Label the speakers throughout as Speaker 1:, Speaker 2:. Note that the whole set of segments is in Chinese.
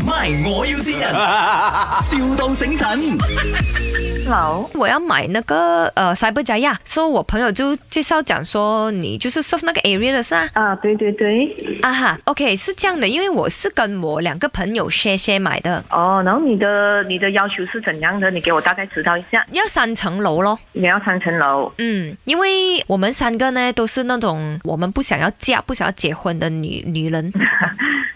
Speaker 1: My，我要先人，, 笑到醒神。
Speaker 2: 我要买那个呃 Cyber Jaya，所、以我朋友就介绍讲说你就是 serve 那个 area 的是啊，
Speaker 3: 啊，对对对，
Speaker 2: 啊哈，OK 是这样的，因为我是跟我两个朋友 share share 买的，
Speaker 3: 哦，然后你的你的要求是怎样的？你给我大概知道一下。
Speaker 2: 要三层楼咯，
Speaker 3: 你要三层楼，
Speaker 2: 嗯，因为我们三个呢都是那种我们不想要嫁、不想要结婚的女女人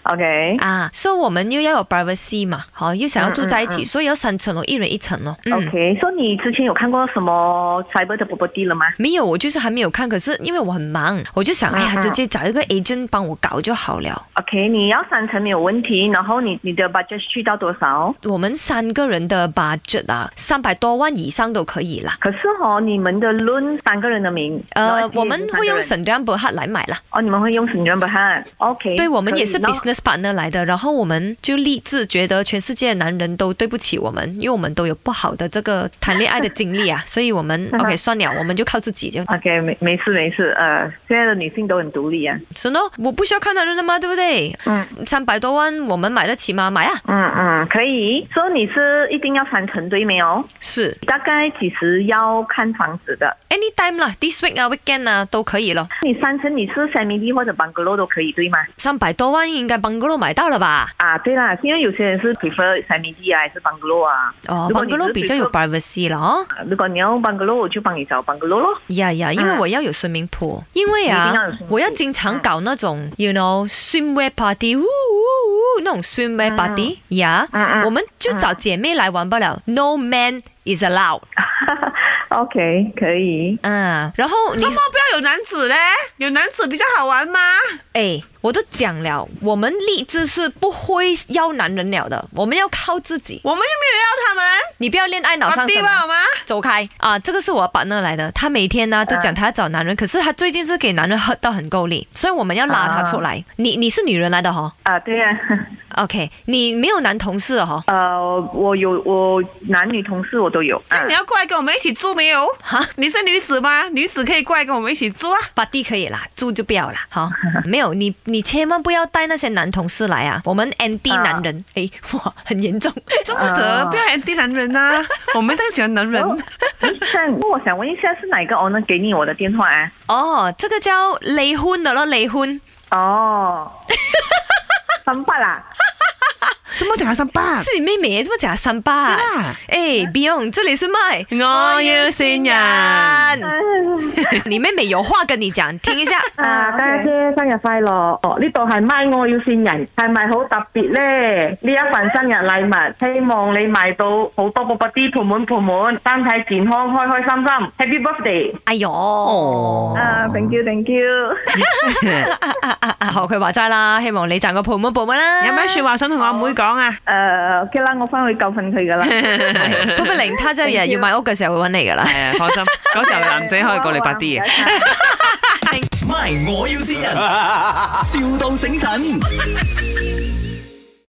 Speaker 3: OK，OK，、
Speaker 2: 啊，所以我们又要有 privacy 嘛，好、又想要住在一起，
Speaker 3: 嗯嗯
Speaker 2: 所以要三层楼，一人一层哦，嗯。
Speaker 3: 说你之前有看过什么 cyber 的 property 了吗？
Speaker 2: 没有，我就是还没有看。可是因为我很忙，我就想，哎呀，
Speaker 3: 嗯嗯
Speaker 2: 直接找一个 agent 帮我搞就好了。
Speaker 3: OK，你要三层没有问题，然后你你的 budget 去到多少？
Speaker 2: 我们三个人的 budget 啊，三百多万以上都可以啦。
Speaker 3: 可是哦，你们的 loan 三个人的名，然
Speaker 2: 呃
Speaker 3: 后，SG
Speaker 2: 我们
Speaker 3: 也是三
Speaker 2: 会
Speaker 3: 个
Speaker 2: 用
Speaker 3: 人
Speaker 2: 省 n b e r 来买啦。
Speaker 3: 哦，你们会用 s i n g r b a n OK，
Speaker 2: 对，我们
Speaker 3: 可以
Speaker 2: 也是
Speaker 3: 那
Speaker 2: business partner 来的。然后我们就立志觉得全世界的男人都对不起我们，因为我们都有不好的这个谈恋爱的经 历啊。所以我们
Speaker 3: 嗯
Speaker 2: OK 算了，我们就靠自己就。
Speaker 3: OK，没没事没事，呃，现在的女性都很独立啊，
Speaker 2: 是咯，我不需要看男人的嘛，对不对？
Speaker 3: 嗯
Speaker 2: 三百多万我们买得起吗？买啊！
Speaker 3: 嗯嗯，可以。所以你是一定要三层对没有？
Speaker 2: 是
Speaker 3: 大概几时要看房子的？
Speaker 2: anytime 啦，this week 啊，weekend 啊都可以咯。
Speaker 3: 你三层你是 semi D 或者 bungalow 都可以对吗？
Speaker 2: 三百多万应该 bungalow 买到了吧？
Speaker 3: 啊，对啦，因为有些人是 prefer semi D 啊，还是 bungalow 啊。
Speaker 2: 哦
Speaker 3: 如果你
Speaker 2: ，bungalow
Speaker 3: 是
Speaker 2: 比较有
Speaker 3: prefer-
Speaker 2: privacy 了哦。
Speaker 3: 啊如果你要 bungalow，我就帮你找 bungalow 咯。
Speaker 2: 呀呀，因为
Speaker 3: 嗯
Speaker 2: 我要有睡眠铺，因为
Speaker 3: 你一
Speaker 2: 啊
Speaker 3: 定要有睡眠，铺
Speaker 2: 我要经常搞那种，you know swimwear party，呜呜呜，那种 swimwear party 呀
Speaker 3: 嗯嗯，
Speaker 2: 我们就找姐妹来玩不了，no man is allowed
Speaker 3: OK，可以。
Speaker 2: 啊。然后你
Speaker 4: 周末不要有男子嘞，有男子比较好玩吗？
Speaker 2: 哎，我都讲了，我们立志是不会要男人了的，我们要靠自己。
Speaker 4: 我们又没有要他们，
Speaker 2: 你不要恋爱脑
Speaker 4: 把
Speaker 2: 上
Speaker 4: 地
Speaker 2: 身
Speaker 4: 吧
Speaker 2: 啊
Speaker 4: 好。吗？
Speaker 2: 走开啊！这个是我 partner 来的，他每天呢、都讲他要找男人，可是他最近是给男人喝到很够力，所以我们要拉他出来。你你是女人来的哈
Speaker 3: 啊， 对呀、
Speaker 2: ，OK，你没有男同事哈。
Speaker 3: 呃，我有我男女同事我都有。啊
Speaker 4: 这样你要过来跟我们一起住没有？
Speaker 2: 哈，
Speaker 4: 你是女子吗？女子可以过来跟我们一起住啊。
Speaker 2: 把地可以啦，住就不要啦， 哈，没有你，你千万不要带那些男同事来啊！我们 ND
Speaker 3: 啊
Speaker 2: 男人，哎、 哇，很严重，
Speaker 4: 中不得，哦
Speaker 3: 啊
Speaker 4: 不要演低男人呐、 我们太喜欢男人。
Speaker 3: 但我想问一下，是哪一个 owner 给你我的电话啊？
Speaker 2: 哦，这个叫雷婚的咯，雷婚，
Speaker 3: 哦，三八啦，
Speaker 4: 周末讲他上班。
Speaker 2: 是你妹妹，怎么讲三八？
Speaker 4: 啊是啦
Speaker 2: 哎、不用，这里是 麦，
Speaker 4: 我要新人。
Speaker 2: 你妹妹有话跟你讲，听一下。
Speaker 5: 啊，家姐生日快樂！哦呢度係咪我要線人，係咪好特別呢？呢一份生日禮物，希望你買到好多個不啲盆滿盆滿，身體健康，開開心心，Happy Birthday！
Speaker 2: 哎呦，
Speaker 4: 哦
Speaker 3: 啊，thank you，thank you。
Speaker 2: 啊學佢話齋啦，希望你賺個盤滿缽滿啦。
Speaker 4: 有 咩说？話想同我阿妹講 啊？
Speaker 3: 诶，OK 呃啦，我翻去教訓佢噶啦。
Speaker 2: 潘碧玲，他真係日日要買屋嘅時候會揾你噶啦。
Speaker 4: 係啊，放心，嗰時候男仔可以過嚟八啲
Speaker 3: 啊
Speaker 4: 嘅。
Speaker 1: My，我要先人，,笑到醒神。